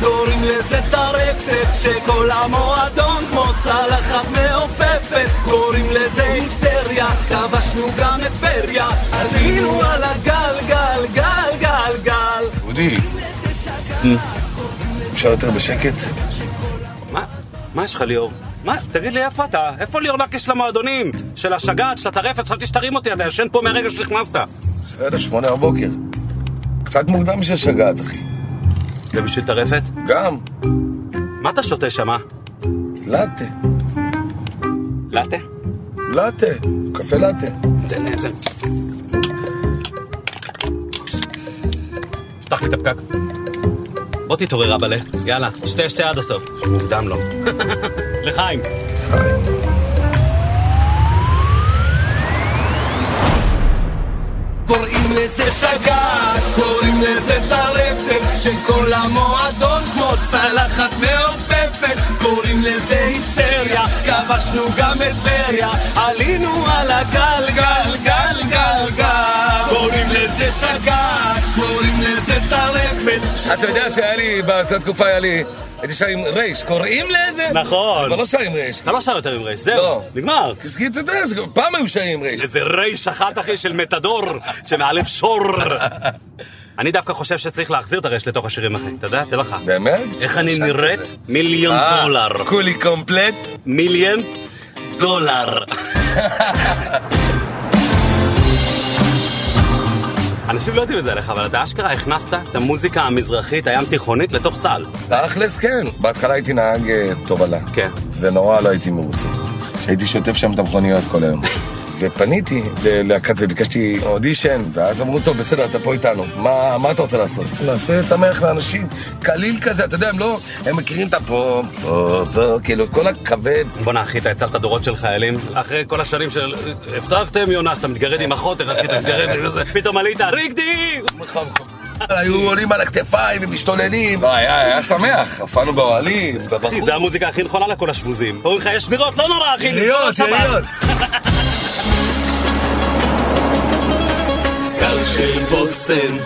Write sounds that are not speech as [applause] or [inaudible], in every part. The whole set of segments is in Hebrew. קוראים לזה טרפת שכל המועדון כמו צלחת מעופפת קוראים לזה היסטריה כבשנו גם את טבריה עלינו על הגל גל גל גל גל אודי, אפשר יותר בשקט? מה? מה יש לך ליאור? מה? תגיד לי איפה אתה? איפה ליאור נקש של המועדונים? של השגעת? של הטרפת? חשבתי שתרים אותי, אתה ישן פה מהרגע שנכנסת. בסדר, שמונה בבוקר. קצת מוקדם בשביל שגעת, אחי. זה בשביל טרפת? גם, מה אתה שותה שמה? לאטה. לאטה? לאטה, קפה לאטה. תן לי את זה. פתח לי את הפקק. בוא תתעורר אבאלה. יאללה, שתה שתה עד הסוף. מוקדם לו. לחיים. קוראים לזה שגעת, קוראים לזה טרפת, שכל המועדון כמו צלחת מעופפת, קוראים לזה היסטריה, כבשנו גם את טבריה, עלינו על הגל גל גל גל גל, קוראים לזה שגעת, קוראים לזה טרפת, אתה יודע שהיה לי, באותה תקופה היה לי, הייתי שר עם רייש, קוראים לזה? נכון. כבר לא שר עם רייש. אתה לא שר יותר עם רייש, לא. זהו. נגמר. כי אתה יודע, זה- פעם היו שרים עם רייש. איזה רייש אחת אחי של מתדור שמאלף [laughs] שור. אני דווקא חושב שצריך להחזיר את הרייש לתוך השירים אחי, אתה יודע? תן לך. [laughs] באמת? איך אני שם נראית? כזה. מיליון אה, דולר. כולי קומפלט? מיליון דולר. [laughs] אנשים לא יודעים את זה עליך, אבל אתה אשכרה הכנסת את המוזיקה המזרחית הים תיכונית לתוך צה"ל. תכלס כן. בהתחלה הייתי נהג אה, תובלה. כן. ונורא לא הייתי מרוצה. הייתי שוטף שם את המכוניות כל היום. ופניתי ללהקת זה, ביקשתי אודישן, ואז אמרו, טוב, בסדר, אתה פה איתנו, מה, מה אתה רוצה לעשות? נעשה שמח לאנשים, קליל כזה, אתה יודע, הם לא, הם מכירים את הפו, פו, פו, כאילו, את כל הכבד. בואנה אחי, אתה יצרת דורות של חיילים, אחרי כל השנים של... הבטחתם יונה, שאתה מתגרד עם החוטר, אחי, אתה מתגרד עם זה, פתאום עלית, ריקדי! היו עולים על הכתפיים ומשתוללים. לא, היה, היה שמח, הופענו באוהלים, אחי, בבחור. זה המוזיקה הכי נכונה לכל השבוזים. אומרים לך, יש מירות, לא נורא, אחי, נסגור את יריות, שבת. יריות. גל של בושם,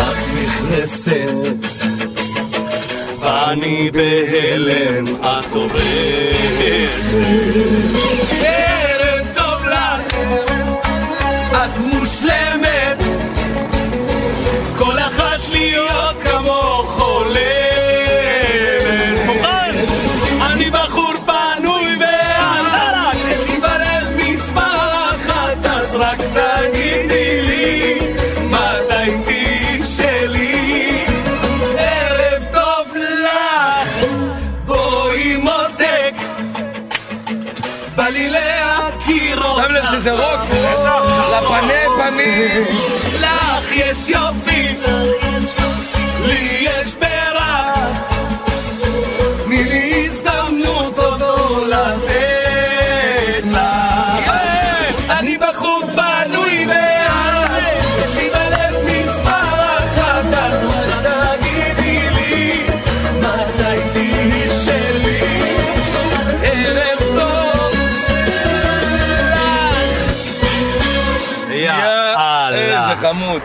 את נכנסת, ואני בהלם, את הורסת. ערב טוב לך, את מושלמת, כל אחת להיות כמוך חולמת. מוכן? אני בחור פנוי ואללה, אצלי בלב מספר אחת, אז רק תגידי לי, מתי תהיי שלי? ערב טוב לך, בואי מותק, בא לי להכיר אותך. שם לב שזה רוק, לפני פנים. לך יש יופי, לי יש פרח, תני לי הזדמנות אותו לתת לך. ε, אני בחור פנוי ואז, אצלי בלב מספר אחת, אז אולי תגידי לי, מתי תהיי שלי? ערב טוב לך. יאללה. אה, איזה חמוד.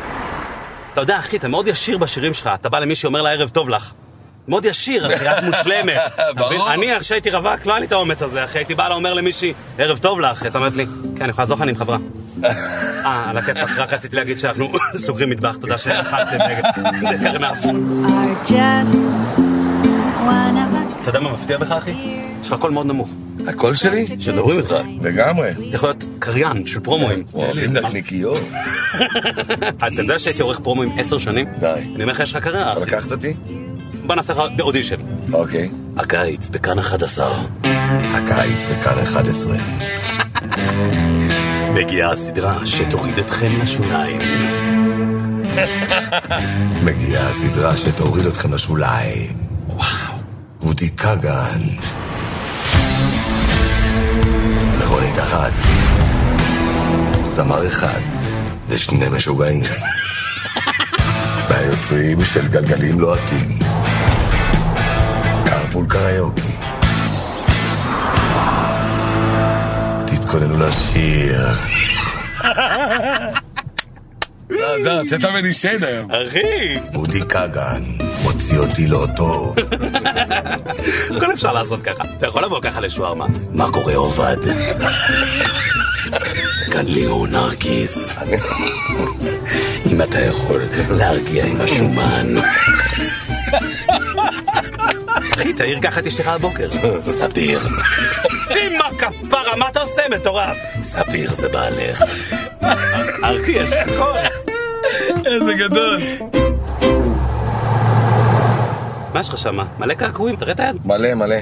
אתה יודע, אחי, אתה מאוד ישיר בשירים שלך. אתה בא למי שאומר לה ערב טוב לך. מאוד ישיר, אחי, את [laughs] מושלמת. אתה ברור. מבין? אני, כשהייתי רווק, לא היה לי את האומץ הזה, אחי. הייתי בא לה אומר למישהי, ערב טוב לך. אתה אומרת לי, כן, אני יכולה לעזור לך, אני עם [laughs] חברה. אה, על הכיפאק, רק רציתי להגיד שאנחנו [laughs] סוגרים מטבח, תודה שאכלתם נגד קרנף. are just one of a אתה יודע מה מפתיע בך, אחי? יש לך קול מאוד נמוך. הקול שלי? שדברים איתך. לגמרי. אתה יכול להיות קריין של פרומואים. אוהבים נקניקיות. אתה יודע שהייתי עורך פרומואים עשר שנים? די. אני אומר לך, יש לך קריירה. אחי. לקחת אותי? בוא נעשה לך אודישן. אוקיי. הקיץ, בכאן 11. הקיץ בכאן 11. מגיעה הסדרה שתוריד אתכם לשוליים. [laughs] מגיעה הסדרה שתוריד אתכם לשוליים. וואו. אודי כגן. מכונית נכון, אחת. זמר אחד. ושני [laughs] משוגעים. מהיוצרים של גלגלים לוהטים. קרפול קריוקי. תתכוננו לשיר. זהו, יצאת מנישן היום. אחי! אודי כגן. הוציא אותי לא טוב. הכל אפשר לעשות ככה. אתה יכול לבוא ככה לשוארמה. מה קורה עובד? כאן ליאור נרקיס. אם אתה יכול להרגיע עם השומן, אחי, תעיר ככה את אשתך הבוקר. ספיר. אמא כפרה, מה אתה עושה, מטורף? ספיר זה בעלך. אחי, יש הכל. איזה גדול. מה יש לך שמה? מלא קעקועים, תראה את היד. מלא, מלא.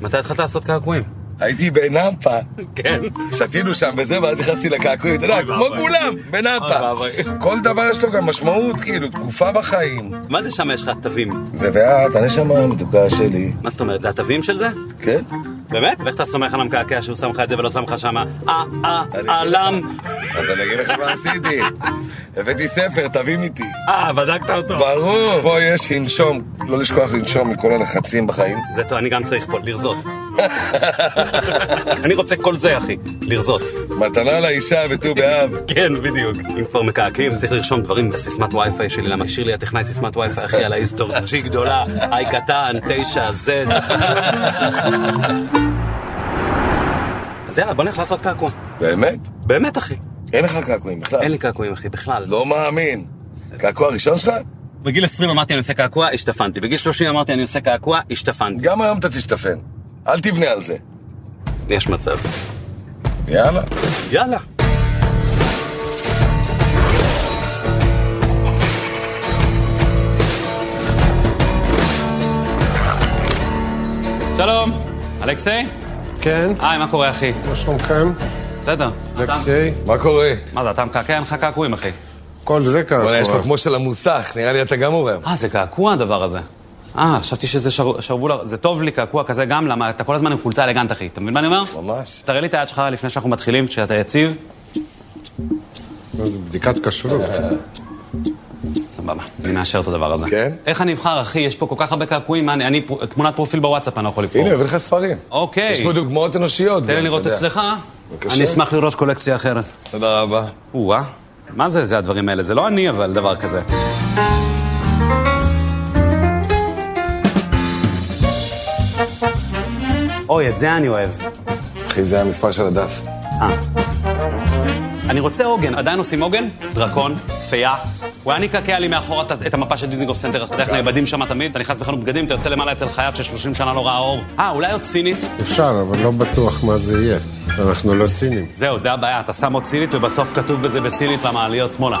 מתי התחלת לעשות קעקועים? הייתי בנאמפה, כן. שתינו שם וזה, ואז נכנסתי לקעקועים, אתה יודע, אוי כמו ואבוי. כולם, בנאמפה. אוי ואבוי. כל דבר יש לו גם משמעות, כאילו, תקופה בחיים. מה זה שם יש לך תווים? זה ואת, הנשמה המתוקה שלי. מה זאת אומרת, זה התווים של זה? כן? באמת? ואיך אתה סומך על המקעקע שהוא שם לך את זה ולא שם לך שמה אה, אה, עלם? אז אני אגיד לך מה עשיתי. הבאתי ספר, תבין איתי. אה, בדקת אותו. ברור. פה יש לנשום, לא לשכוח לנשום מכל הלחצים בחיים. [laughs] זה טוב, אני גם צריך פה לרזות. [laughs] אני רוצה כל זה, אחי, לרזות. מתנה לאישה בט"ו באב. כן, בדיוק. אם כבר מקעקעים, צריך לרשום דברים בסיסמת וי-פיי שלי, למה השאיר לי הטכנאי סיסמת וי-פיי, אחי, על ההיסטור, [laughs] ג'י גדולה, איי קטן, תשע, [laughs] זד. אז יאללה, בוא נלך לעשות קעקוע. באמת? באמת, אחי. אין לך קעקועים בכלל. אין לי קעקועים, אחי, בכלל. לא מאמין. קעקוע ראשון שלך? בגיל 20 אמרתי אני עושה קעקוע, השתפנתי. בגיל 30 אמרתי אני עושה קעקוע, השתפנתי. גם היום אתה תשתפן. אל תבנה על זה. יש מצב. יאללה. יאללה. שלום, אלכסיי? כן, היי, מה קורה אחי? מה שלומכם? בסדר. אלכסיי? מה קורה? אתה- מה זה, אתה מקעקע אין לך קעקועים אחי. כל זה וואלה, יש לו קעקוע. כמו של המוסך, נראה לי אתה גם עורר. אה, זה קעקוע הדבר הזה. אה, חשבתי שזה שר- שרוול, זה טוב לי קעקוע כזה גם, למה אתה כל הזמן עם חולצה אלגנט אחי, אתה מבין מה אני אומר? ממש. תראה לי את היד שלך לפני שאנחנו מתחילים, כשאתה יציב. זה בדיקת כשרות. סבבה, אני מאשר את הדבר הזה. כן? איך אני אבחר, אחי? יש פה כל כך הרבה קעקועים, מה, אני, אני פר- תמונת פרופיל בוואטסאפ אני לא יכול לבחור. הנה, הביא לך ספרים. אוקיי. יש פה דוגמאות אנושיות. תן לי גם, לראות אתה יודע. אצלך. בבקשה. אני אשמח לראות קולקציה אחרת. תודה רבה. או-אה, מה זה, זה הדברים האלה? זה לא אני, אבל דבר כזה. אוי, את זה אני אוהב. אחי, זה המספר של הדף. אה. אני רוצה עוגן, עדיין עושים עוגן? דרקון, פיה. הוא היה נקעקע לי מאחורה את- את המפה של דיזינגוף סנטר, אתה יודע איך נאבדים שם תמיד, אתה נכנס בחנות בגדים, אתה יוצא למעלה אצל חייט ש-30 שנה לא ראה אור. אה, אולי עוד סינית? אפשר, אבל לא בטוח מה זה יהיה. אנחנו לא סינים. זהו, זה הבעיה, אתה שם עוד סינית ובסוף כתוב בזה בסינית למעליות שמאלה.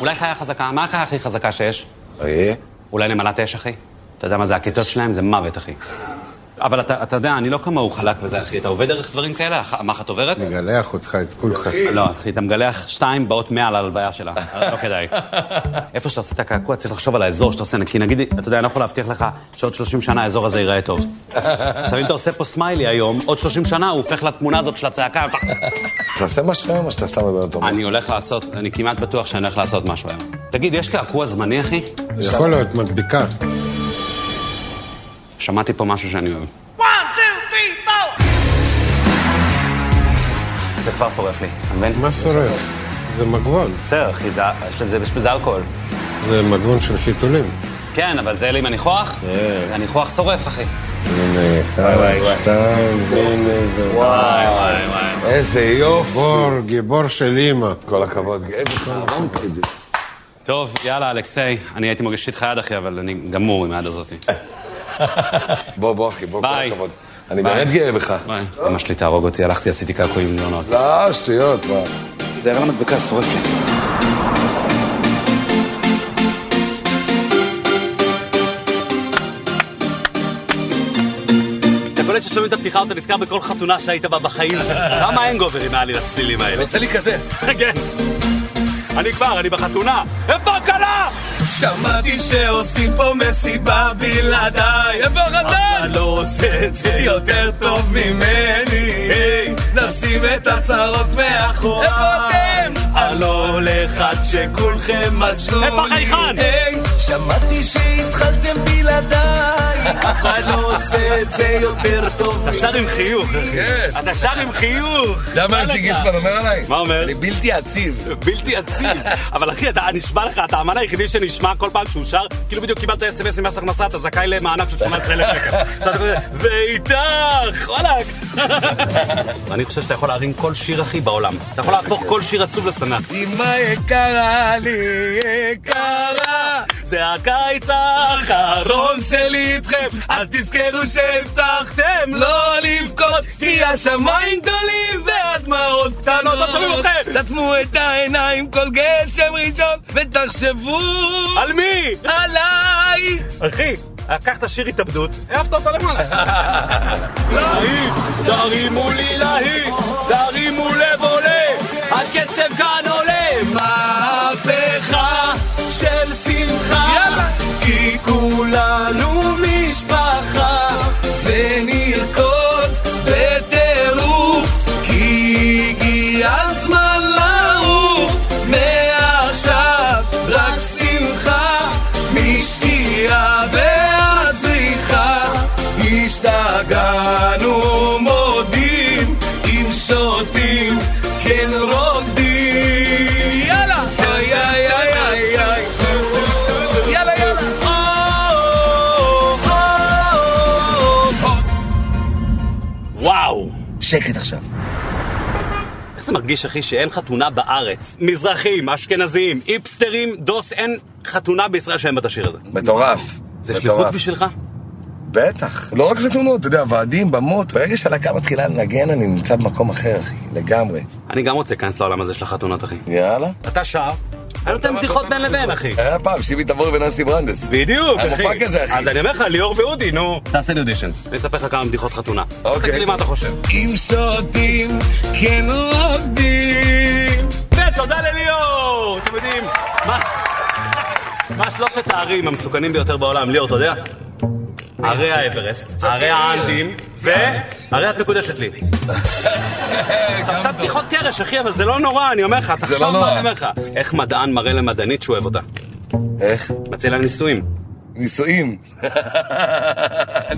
אולי חיה חזקה, מה החיה הכי חזקה שיש? אריה? אולי נמלת אש, אחי? אתה יודע מה זה, הכיתות שלהם זה מוות, אחי. אבל אתה, אתה יודע, אני לא כמוהו חלק בזה, אחי. אתה עובד דרך דברים כאלה? הח- המחט עוברת? נגלח אותך, את כולך. לא, אחי, אתה מגלח שתיים באות מאה על ההלוויה שלה. לא כדאי. איפה שאתה עושה את הקעקוע, צריך לחשוב על האזור שאתה עושה, כי נגיד, אתה יודע, אני לא יכול להבטיח לך שעוד 30 שנה האזור הזה ייראה טוב. עכשיו, אם אתה עושה פה סמיילי היום, עוד 30 שנה הוא הופך לתמונה הזאת של הצעקה. תעשה משהו היום או שאתה סתם מבן אותו? אני הולך לעשות, אני כמעט בטוח שאני הולך לעשות משהו היום. תגיד, יש קעקוע זמני, אחי? יכול להיות מדביקה. שמעתי פה משהו שאני אוהב. זה כבר שורף לי, אתה מבין? מה שורף? זה מגבון. בסדר, אחי, זה- יש לזה- יש בזה אלכוהול. זה מגבון של חיתולים. כן, אבל זה אלה עם הניחוח? הניחוח שורף, אחי. הנה, אה, אחד, שתיים, הנה זה... איזה יופי. גיבור, גיבור של אימא. כל הכבוד, גאה בך. טוב, יאללה, אלכסיי. אני הייתי מוגש איתך יד, אחי, אבל אני גמור עם היד הזאתי. בוא, בוא, אחי, בוא, כל ביי. הכבוד. אני ביי. באמת גאה בך. ביי. אמא שלי תהרוג אותי, הלכתי, עשיתי קעקועים גאונות. לא, שטויות, מה. זה הרעיון המדבקה, שורף לי. אתה קולט ששומעים את הפתיחה, אתה נזכר בכל חתונה שהיית בה בחיים [laughs] שלך. למה אין גוברים מעלי לצלילים האלה? עושה לי כזה. [laughs] כן. אני כבר, אני בחתונה. איפה הכלה? שמעתי שעושים פה מסיבה בלעדיי איפה אף אחד החתן? לא עושה את זה יותר טוב ממני היי, נשים את הצרות מאחורי איפה אתם? הלא לאחד שכולכם משלו איפה החייכן? שמעתי שהתחלתם בלעדיי אף אחד לא עושה את זה יותר טוב אתה שר עם חיוך. כן. אתה שר עם חיוך. אתה יודע מה יוסי גיסמן אומר עליי? מה אומר? אני בלתי עציב. בלתי עציב. אבל אחי, אתה נשבע לך, אתה האמן היחידי שנשבע. נשמע כל פעם שהוא שר, כאילו בדיוק קיבלת אס.אם.אס ממס הכנסה, אתה זכאי למענק של 18,000 שקל. עכשיו אתה כזה, ואיתך, וואלכ. אני חושב שאתה יכול להרים כל שיר אחי בעולם. אתה יכול להפוך כל שיר עצוב לשמח. אמא יקרה לי, יקרה, זה הקיץ האחרון. רון שלי איתכם, אז תזכרו שהבטחתם לא לבכות, כי השמיים גדולים והדמעות קטנות. לא שומעים אתכם. תעצמו את העיניים כל גשם ראשון, ותחשבו על מי? עליי. אחי, לקחת שיר התאבדות, העפת אותו למעלה. להיט, תרימו לי להיט, תרימו לב עולה, הקצב כאן עולה. מהפכה של שמחה, כי כולנו משפחה, ונרקוד בטירוף, כי הגיע הזמן לעוף, מעכשיו רק שמחה, משתייה ועד זריחה, השתגענו מודים, אם שותים כן רוקדים, יאללה! איי איי איי איי איי יאללה יאללה! או, או, או, או. וואו. שקט עכשיו. איך זה מרגיש, אחי, שאין חתונה בארץ? מזרחים, אשכנזים, איפסטרים, דוס, אין חתונה בישראל שאין בה את השיר הזה. מטורף. זה מטורף. שליחות בשבילך? בטח. לא רק חתונות, אתה יודע, ועדים, במות. ברגע שהלהקה מתחילה לנגן, אני נמצא במקום אחר, אחי, לגמרי. אני גם רוצה להיכנס לעולם הזה של החתונות, אחי. יאללה. אתה שר, אני לא נותן בדיחות בין לבין, אחי. היה פעם, שימי תבור ונאסי ברנדס. בדיוק, היה אחי. מופע כזה, אחי. אז אני אומר לך, ליאור ואודי, נו. תעשה לי אודישן. אני אספר לך כמה בדיחות חתונה. אוקיי. תגיד לי מה אתה חושב. אם שותים, כן רוקדים. ותודה לליאור! אתם יודעים, מה... מה שלושת הערים המסוכנים ביותר בעולם, ליאור, אתה יודע? ערי האברסט, ערי האנדים, כן. וערי את מקודשת לי. עכשיו, קצת בדיחות קרש, אחי, אבל זה לא נורא, אני אומר לך, תחשוב לא נורא. מה אני אומר לך. איך מדען מראה למדענית שהוא אוהב אותה. איך? מציע להם נישואים. נישואים.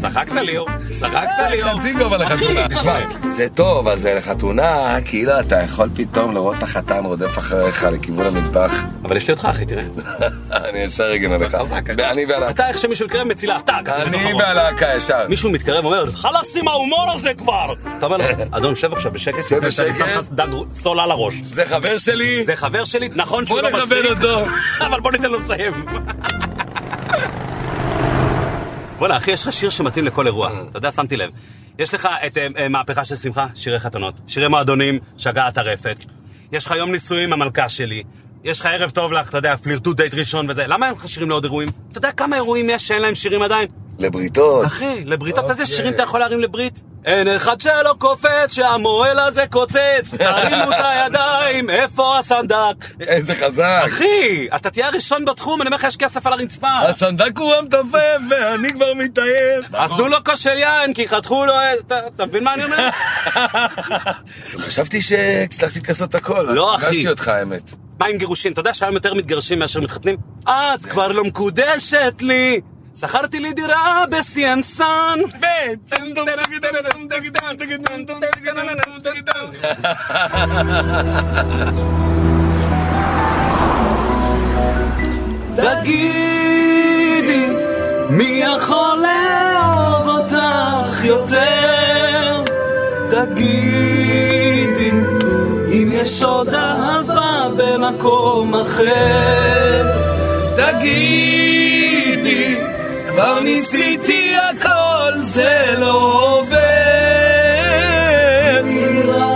צחקת ליאור, אה, צחקת ליאור. חצי גובה לחתונה. אחי, תשמע, זה טוב, אז זה לחתונה, כאילו אתה יכול פתאום לראות את החתן רודף אחריך לכיוון המטבח. אבל יש לי אותך, אחי, תראה. אני ישר אגן עליך. חזק. אחי. אני והלהקה. אתה, איך שמישהו יקרה, מצילה. טאק. אתה בתוך אני הראש. והלהקה ישר. מישהו מתקרב ואומר, חלאס עם ההומור הזה כבר! אתה אומר לו, אדון, שב עכשיו בשקט, שב לפני שאני בשקט. שם לך דג סול על הראש. זה חבר שלי. זה חבר שלי, נכון שהוא בוא לא מצחיק. נכבד אותו. [laughs] אבל בוא ניתן לו לסיים. [laughs] בוא'נה, אחי, יש לך שיר שמתאים לכל אירוע. אתה יודע, שמתי לב. יש לך את אה, אה, מהפכה של שמחה, שירי חתונות, שירי מועדונים, שגע הטרפת. יש לך יום נישואים, המלכה שלי. יש לך ערב טוב לך, אתה יודע, פלירטוט דייט ראשון וזה. למה אין לך שירים לעוד אירועים? אתה יודע כמה אירועים יש שאין להם שירים עדיין? לבריתות. אחי, לבריתות, אוקיי. איזה שירים אתה יכול להרים לברית? אין אחד שלא קופץ, שהמוהל הזה [laughs] קוצץ, תרימו את הידיים, איפה הסנדק? איזה חזק. אחי, אתה תהיה הראשון בתחום, אני אומר לך, יש כסף על הרצפה. הסנדק הוא המתופף ואני כבר מתאהב. אז תנו לו כוס של יין, כי חתכו לו את... אתה- אתה מבין מה אני אומר? חשבתי שהצלחתי לכסות את הכל. לא, אחי. פגשתי אותך, האמת. מה עם גירושין? אתה יודע שהיום יותר מתגרשים מאשר מתחתנים? את כבר לא מקודשת לי, שכרתי לי דירה בסיאנסן. תגידי, מי יכול לאהוב אותך יותר? תגידי, אם יש עוד אהבה במקום אחר. תגידי, כבר ניסיתי הכל, זה לא עובד.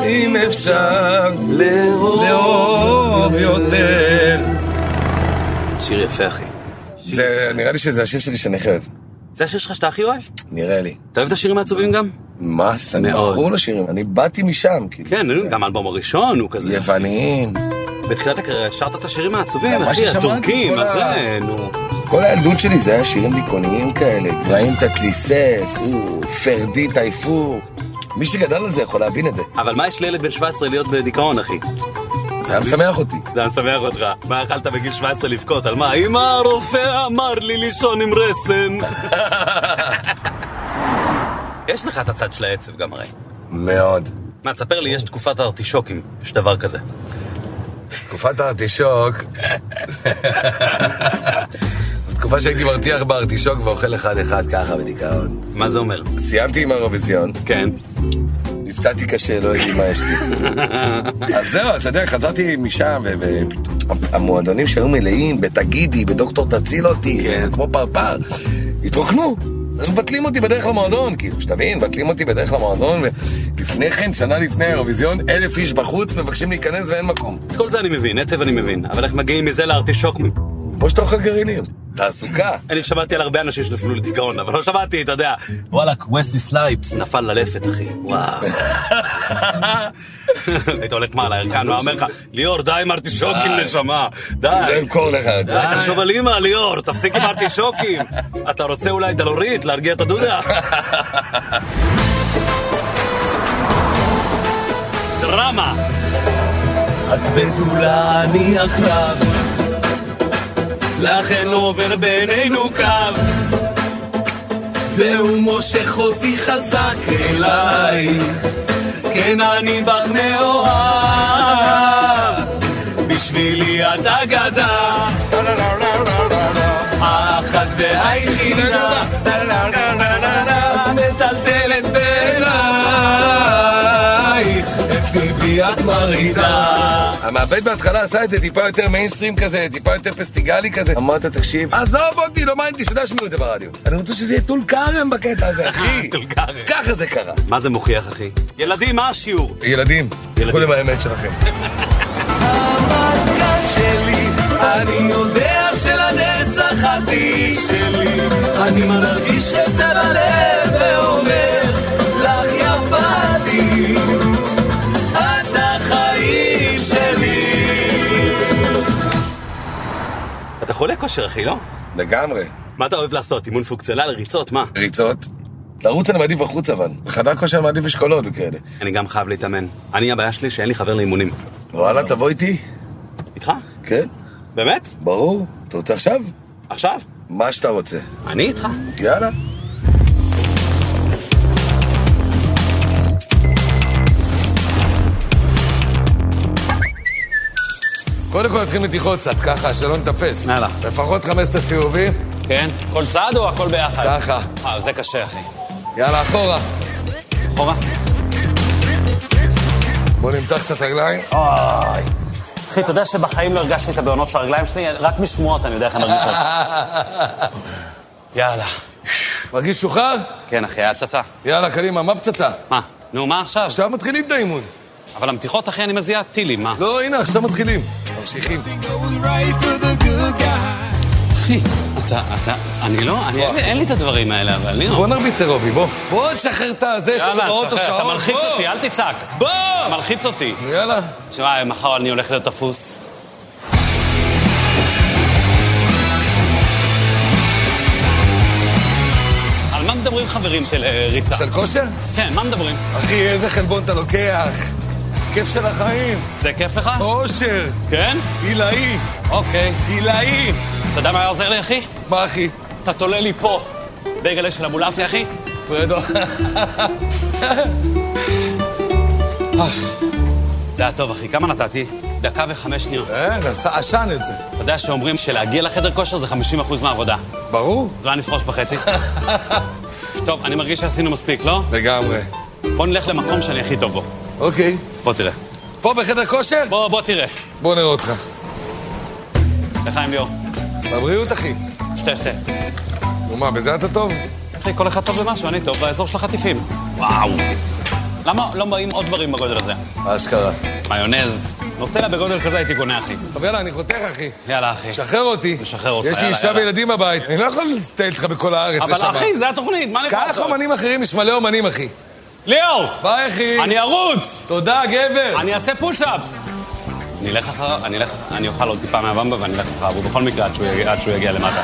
אם אפשר לאהוב יותר. שיר יפה, אחי. זה, נראה לי שזה השיר שלי שאני הכי אוהב. זה השיר שלך שאתה הכי אוהב? נראה לי. אתה אוהב את השירים העצובים גם? מה, אני מאוד. מכור לשירים. אני באתי משם, כאילו. כן, גם האלבום הראשון הוא כזה. יווניים. בתחילת הקריירה שרת את השירים העצובים, מה אחי, ששמעתי, הטורקים, כל אז ה- זה, נו. כל הילדות שלי זה היה שירים דיכאוניים כאלה. גבהים תתליסס, פרדי טייפור. מי שגדל על זה יכול להבין את זה. אבל מה יש לילד בן 17 להיות בדיכאון, אחי? זה היה משמח אותי. זה היה משמח אותך. מה יכלת בגיל 17 לבכות? על מה? אמא הרופא אמר לי לישון עם [laughs] רסן. יש לך את הצד של העצב גם הרי. מאוד. מה, תספר לי, יש תקופת הארטישוקים, יש דבר כזה. תקופת הארטישוק... [laughs] זו תקופה שהייתי מרתיח בארטישוק ואוכל אחד-אחד ככה בדיכאון. מה זה אומר? סיימתי עם האירוויזיון, כן. נפצעתי קשה, לא יודעים מה יש [laughs] לי. אז זהו, אתה יודע, חזרתי משם, והמועדונים שהיו מלאים ב"תגידי", ב"דוקטור תציל אותי", כן. כמו פרפר, התרוקנו. אז מבטלים אותי בדרך למועדון, כאילו, שתבין, מבטלים אותי בדרך למועדון, ולפני כן, שנה לפני האירוויזיון, אלף איש בחוץ מבקשים להיכנס ואין מקום. את כל זה אני מבין, עצב אני מבין, אבל איך מגיעים מזה לארטישוקמים? כמו שאתה אוכל גרעינים, תעסוקה. אני שמעתי על הרבה אנשים שנפלו לדיכאון, אבל לא שמעתי, אתה יודע, וואלכ, וסטי סלייפס נפל ללפת, אחי, וואו. [laughs] היית הולך מעל הירקן, והיה אומר לך, ליאור, די עם ארטישוקים, די. נשמה, לא די. אמכור לך את זה. די, תחשוב על אימא, ליאור, תפסיק עם ארטישוקים. אתה רוצה אולי דלורית, להרגיע את הדודה? [laughs] דרמה. את בתולה, אני עקרב, לכן עובר בינינו קו, והוא מושך אותי חזק אליי, כן אני בך מאוהב, בשבילי את אגדה, האחת והיחידה, מטלטלת בעינייך, את ליבי את מרעידה. המעבד בהתחלה עשה את זה טיפה יותר מיינסטרים כזה, טיפה יותר פסטיגלי כזה. אמרת, תקשיב, עזוב אותי, לא מעניין אותי, שלא ישמעו את זה ברדיו. אני רוצה שזה יהיה טול כרם בקטע הזה, אחי. [laughs] טול כרם. ככה זה קרה. מה זה מוכיח, אחי? ילדים, מה השיעור? ילדים, תלכו עם האמת שלכם. המלכה שלי, אני יודע שלנצח את היא שלי. אני מרגיש את זה בלב ואומר לך יפתי, את החיים שלי. אתה חולה כושר, אחי, לא? לגמרי. מה אתה אוהב לעשות? אימון פונקציונל, ריצות, מה? ריצות. לרוץ אני מעדיף בחוץ אבל. בחדר כושר אני מעדיף משקולות וכאלה. אני גם חייב להתאמן. אני, הבעיה שלי שאין לי חבר לאימונים. וואלה, תבוא איתי. איתך? כן, באמת? ברור. אתה רוצה עכשיו? עכשיו? מה שאתה רוצה. אני איתך. יאללה. קודם כל נתחיל מתיחות קצת, ככה, שלא נתפס. יאללה. לפחות 15 סיבובים, כן? כל צעד או הכל ביחד? ככה. אה, זה קשה, אחי. יאללה, אחורה. אחורה. בוא נמתח קצת רגליים. אוי. אחי, אתה יודע שבחיים לא הרגשתי את הבעונות של הרגליים שלי? רק משמועות אני יודע איך הן [laughs] מרגישות. יאללה. מרגיש שוחרר? כן, אחי, היה פצצה. יאללה, קדימה, מה פצצה? מה? נו, מה עכשיו? עכשיו מתחילים את האימון. אבל המתיחות, אחי, אני מזיעה טילים, מה? לא, הנה, עכשיו מתחילים. ממשיכים. אחי, אתה, אתה, אני לא, אני, אין לי- אין לי את הדברים האלה, אבל ליאור. בוא נרביץ אירובי, בוא. בוא, שחרר את הזה, יש לנו יאללה, הוראות שחרר, אתה השעון, מלחיץ בוא. אותי, אל תצעק. אתה בוא! מלחיץ אותי. יאללה. שמע, מחר אני הולך להיות תפוס. על מה מדברים חברים של אה, ריצה? של כושר? כן, מה מדברים? אחי, איזה חלבון אתה לוקח. כיף של החיים. זה כיף לך? אושר. כן? עילאי. אוקיי. עילאי. אתה יודע מה היה עוזר לי, אחי? מה, אחי? אתה תולה לי פה בייגלה של אבולעפיה, אחי? פרדו. [laughs] זה היה טוב, אחי. כמה נתתי? דקה וחמש שניות. אין, עשה- עשן את זה. אתה יודע שאומרים שלהגיע לחדר כושר זה 50% מהעבודה. ברור. אז אולי נפרוש [laughs] בחצי? טוב, אני מרגיש שעשינו מספיק, לא? לגמרי. בוא נלך למקום שאני הכי טוב בו. אוקיי. בוא תראה. פה בחדר כושר? בוא, בוא תראה. בוא נראה אותך. לחיים ליאור. בבריאות, אחי. שתה, שתה. נו מה, בזה אתה טוב? אחי, כל אחד טוב במשהו, אני טוב באזור של החטיפים. וואו. למה לא באים עוד דברים בגודל הזה? אשכרה. מיונז. נוטלה בגודל כזה הייתי קונה, אחי. טוב, יאללה, אני חותך, אחי. יאללה, אחי. שחרר אותי. משחרר אותך, יש לי יאללה, אישה יאללה. וילדים בבית. אני לא יכול לטייל איתך בכל הארץ, אבל יש שם. אחי, זה התוכנית, מה אני יכול קח לעשות? אומנים אחרים, יש מלא אומנים, אחי. ליאור! ביי, אחי. אני ארוץ! תודה, כן. גבר. אני אעשה פוש-אפס! אני אלך אחריו, אני אלך, אני אוכל עוד טיפה מהבמבה ואני אלך אחריו, ובכל מקרה עד שהוא יגיע- עד שהוא יגיע למטה.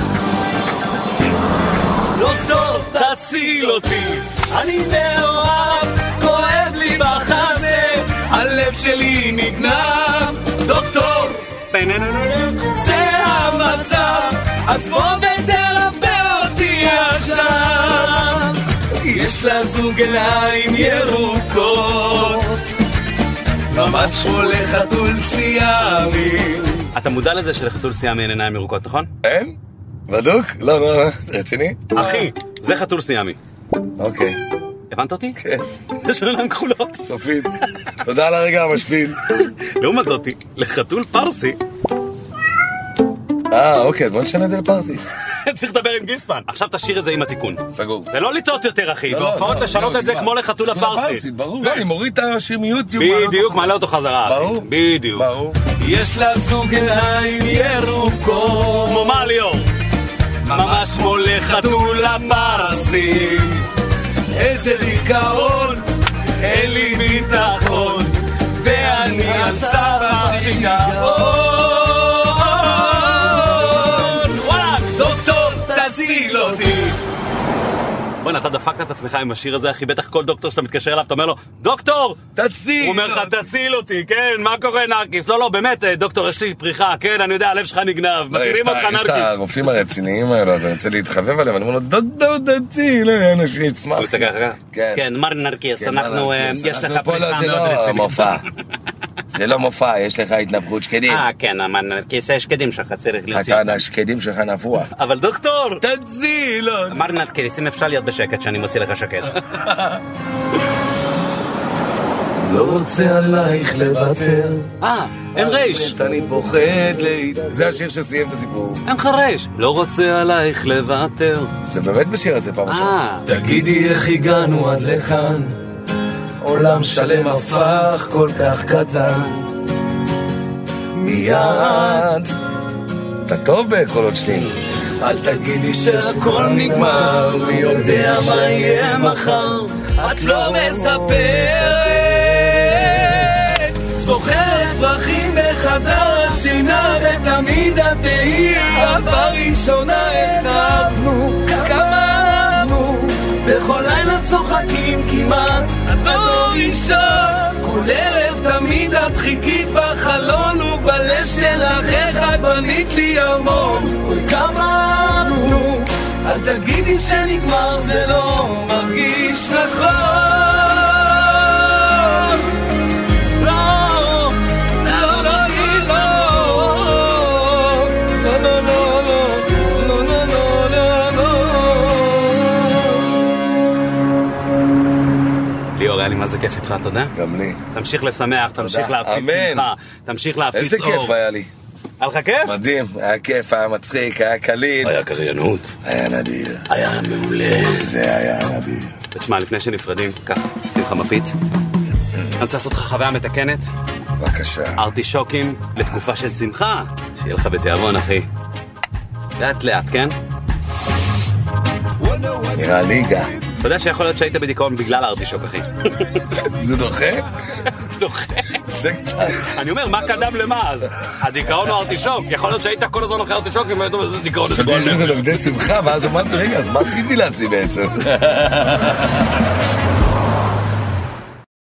דוקטור, לא תציל אותי. אני מאוהב, כואב לי בחזה, הלב שלי נגנב. דוקטור, זה המצב, אז בוא ותרפא אותי עכשיו. יש לה זוג עיניים ירוקות, ממש כמו לחתול סיאמי. אתה מודע לזה שלחתול סיאמי אין עיניים ירוקות, נכון? אין? בדוק? לא, לא, לא. רציני? אחי, זה חתול סיאמי. אוקיי. הבנת אותי? כן, [laughs] יש לו עיניים כחולות. סופית. תודה על הרגע המשפיל. לעומת זאתי, לחתול פרסי [laughs] אה, אוקיי, אז בוא נשנה את זה לפרסי. צריך לדבר עם גיספן. עכשיו תשאיר את זה עם התיקון. סגור. זה לא לטעות יותר, אחי. לא, לא, בהופעות לא, לשנות לא, את זה נגמר. כמו לחתול הפרסי. ברור. לא, אני מוריד את השיר מיוטיוב. מעלה אותו בדיוק, מעלה אותו חזרה, אחי. ברור. בדיוק. ברור. יש לה זוג עיניים ירוקות כמו מליאור. ממש כמו לחתול הפרסים איזה דיכאון, אין לי ביטחון ואני הסבא שיגעון וואלה, דוקטור, תציל אותי בוא'נה, אתה דפקת את עצמך עם השיר הזה, אחי. בטח כל דוקטור שאתה מתקשר אליו, אתה אומר לו, דוקטור! תציל! לא, הוא אומר לך, תציל אותי, כן, מה קורה, נרקיס? לא, לא, באמת, אה, דוקטור, יש לי פריחה, כן, אני יודע, הלב שלך נגנב. לא, יש מכירים אותך, את ה- יש את נרקיס. הרופאים הרציניים האלו, אז אני רוצה להתחבב עליהם, אני אומר לו, דודו דתי, לא, אנשים יצמח. הוא מסתכל ככה. כן. כן, מר נרקיס, כן, אנחנו, אבל- אה, כן, יש אנחנו לך פה לא- פריחה זה מאוד לא רצינית. מופע. זה לא מופע, יש לך התנפחות שקדים. אה, כן, אמר נרקיס, השקדים שלך צריך להוציא. אתה, השקדים שלך נבוע. אבל דוקטור! תציל אותי. מר נרקיס, אם אפשר להיות בשקט שאני מוציא לך שקד. לא רוצה עלייך לוותר. אה, אין רייש. אני פוחד ל... זה השיר שסיים את הסיפור. אין לך רייש. לא רוצה עלייך לוותר. זה באמת בשיר הזה פעם ראשונה. אה, תגידי איך הגענו עד לכאן, עולם שלם הפך כל כך קטן. אה, מיד, יד. אתה טוב בקולות שניים. אל תגידי שהכל נגמר, מי יודע מה יהיה מחר, את לא מספרת. זוכרת פרחים בחדר השינה, ותמיד את תהיי אהבה ראשונה, איך אהבנו, כמה אהבנו. בכל לילה צוחקים כמעט, את אור ראשון. כל ערב תמיד את חיכית בחלון, ובלב שלך איך את בנית לי המון. אוי כמה אהבנו, אל תגידי שנגמר, זה לא מרגיש נכון. לא, זה לא מרגיש נכון. לא, לא, לא, לא. לא, לא, לא, לא, לא. ליאור, היה לי מה זה כיף איתך, אתה יודע? גם לי. תמשיך לשמח, תמשיך להפיץ אמן. שמחה, תמשיך להפיץ איזה אור. כיף היה לי. היה לך כיף? מדהים, היה כיף, היה מצחיק, היה קליל. היה קריינות, היה נדיר. היה מעולה. זה היה נדיר. ותשמע, לפני שנפרדים, קח, שים לך מפית. Mm. אני רוצה לעשות לך חוויה מתקנת, בבקשה. ארטישוקים לתקופה של שמחה. שיהיה לך בתיאבון, אחי. לאט לאט, כן? נראה ליגה. אתה יודע שיכול להיות שהיית בדיכאון בגלל הארטישוק, אחי. זה דוחה? לא. זה קצת. אני אומר, מה קדם למה אז? הדיכאון הוא ארטישוק. יכול להיות שהיית כל הזמן אחרי ארטישוקים, והיית אומר, זה דיכאון. זה חשבתי דיכאון. שיש בזה נוגדי שמחה, ואז אמרתי, רגע, אז מה עשיתי לעצמי בעצם?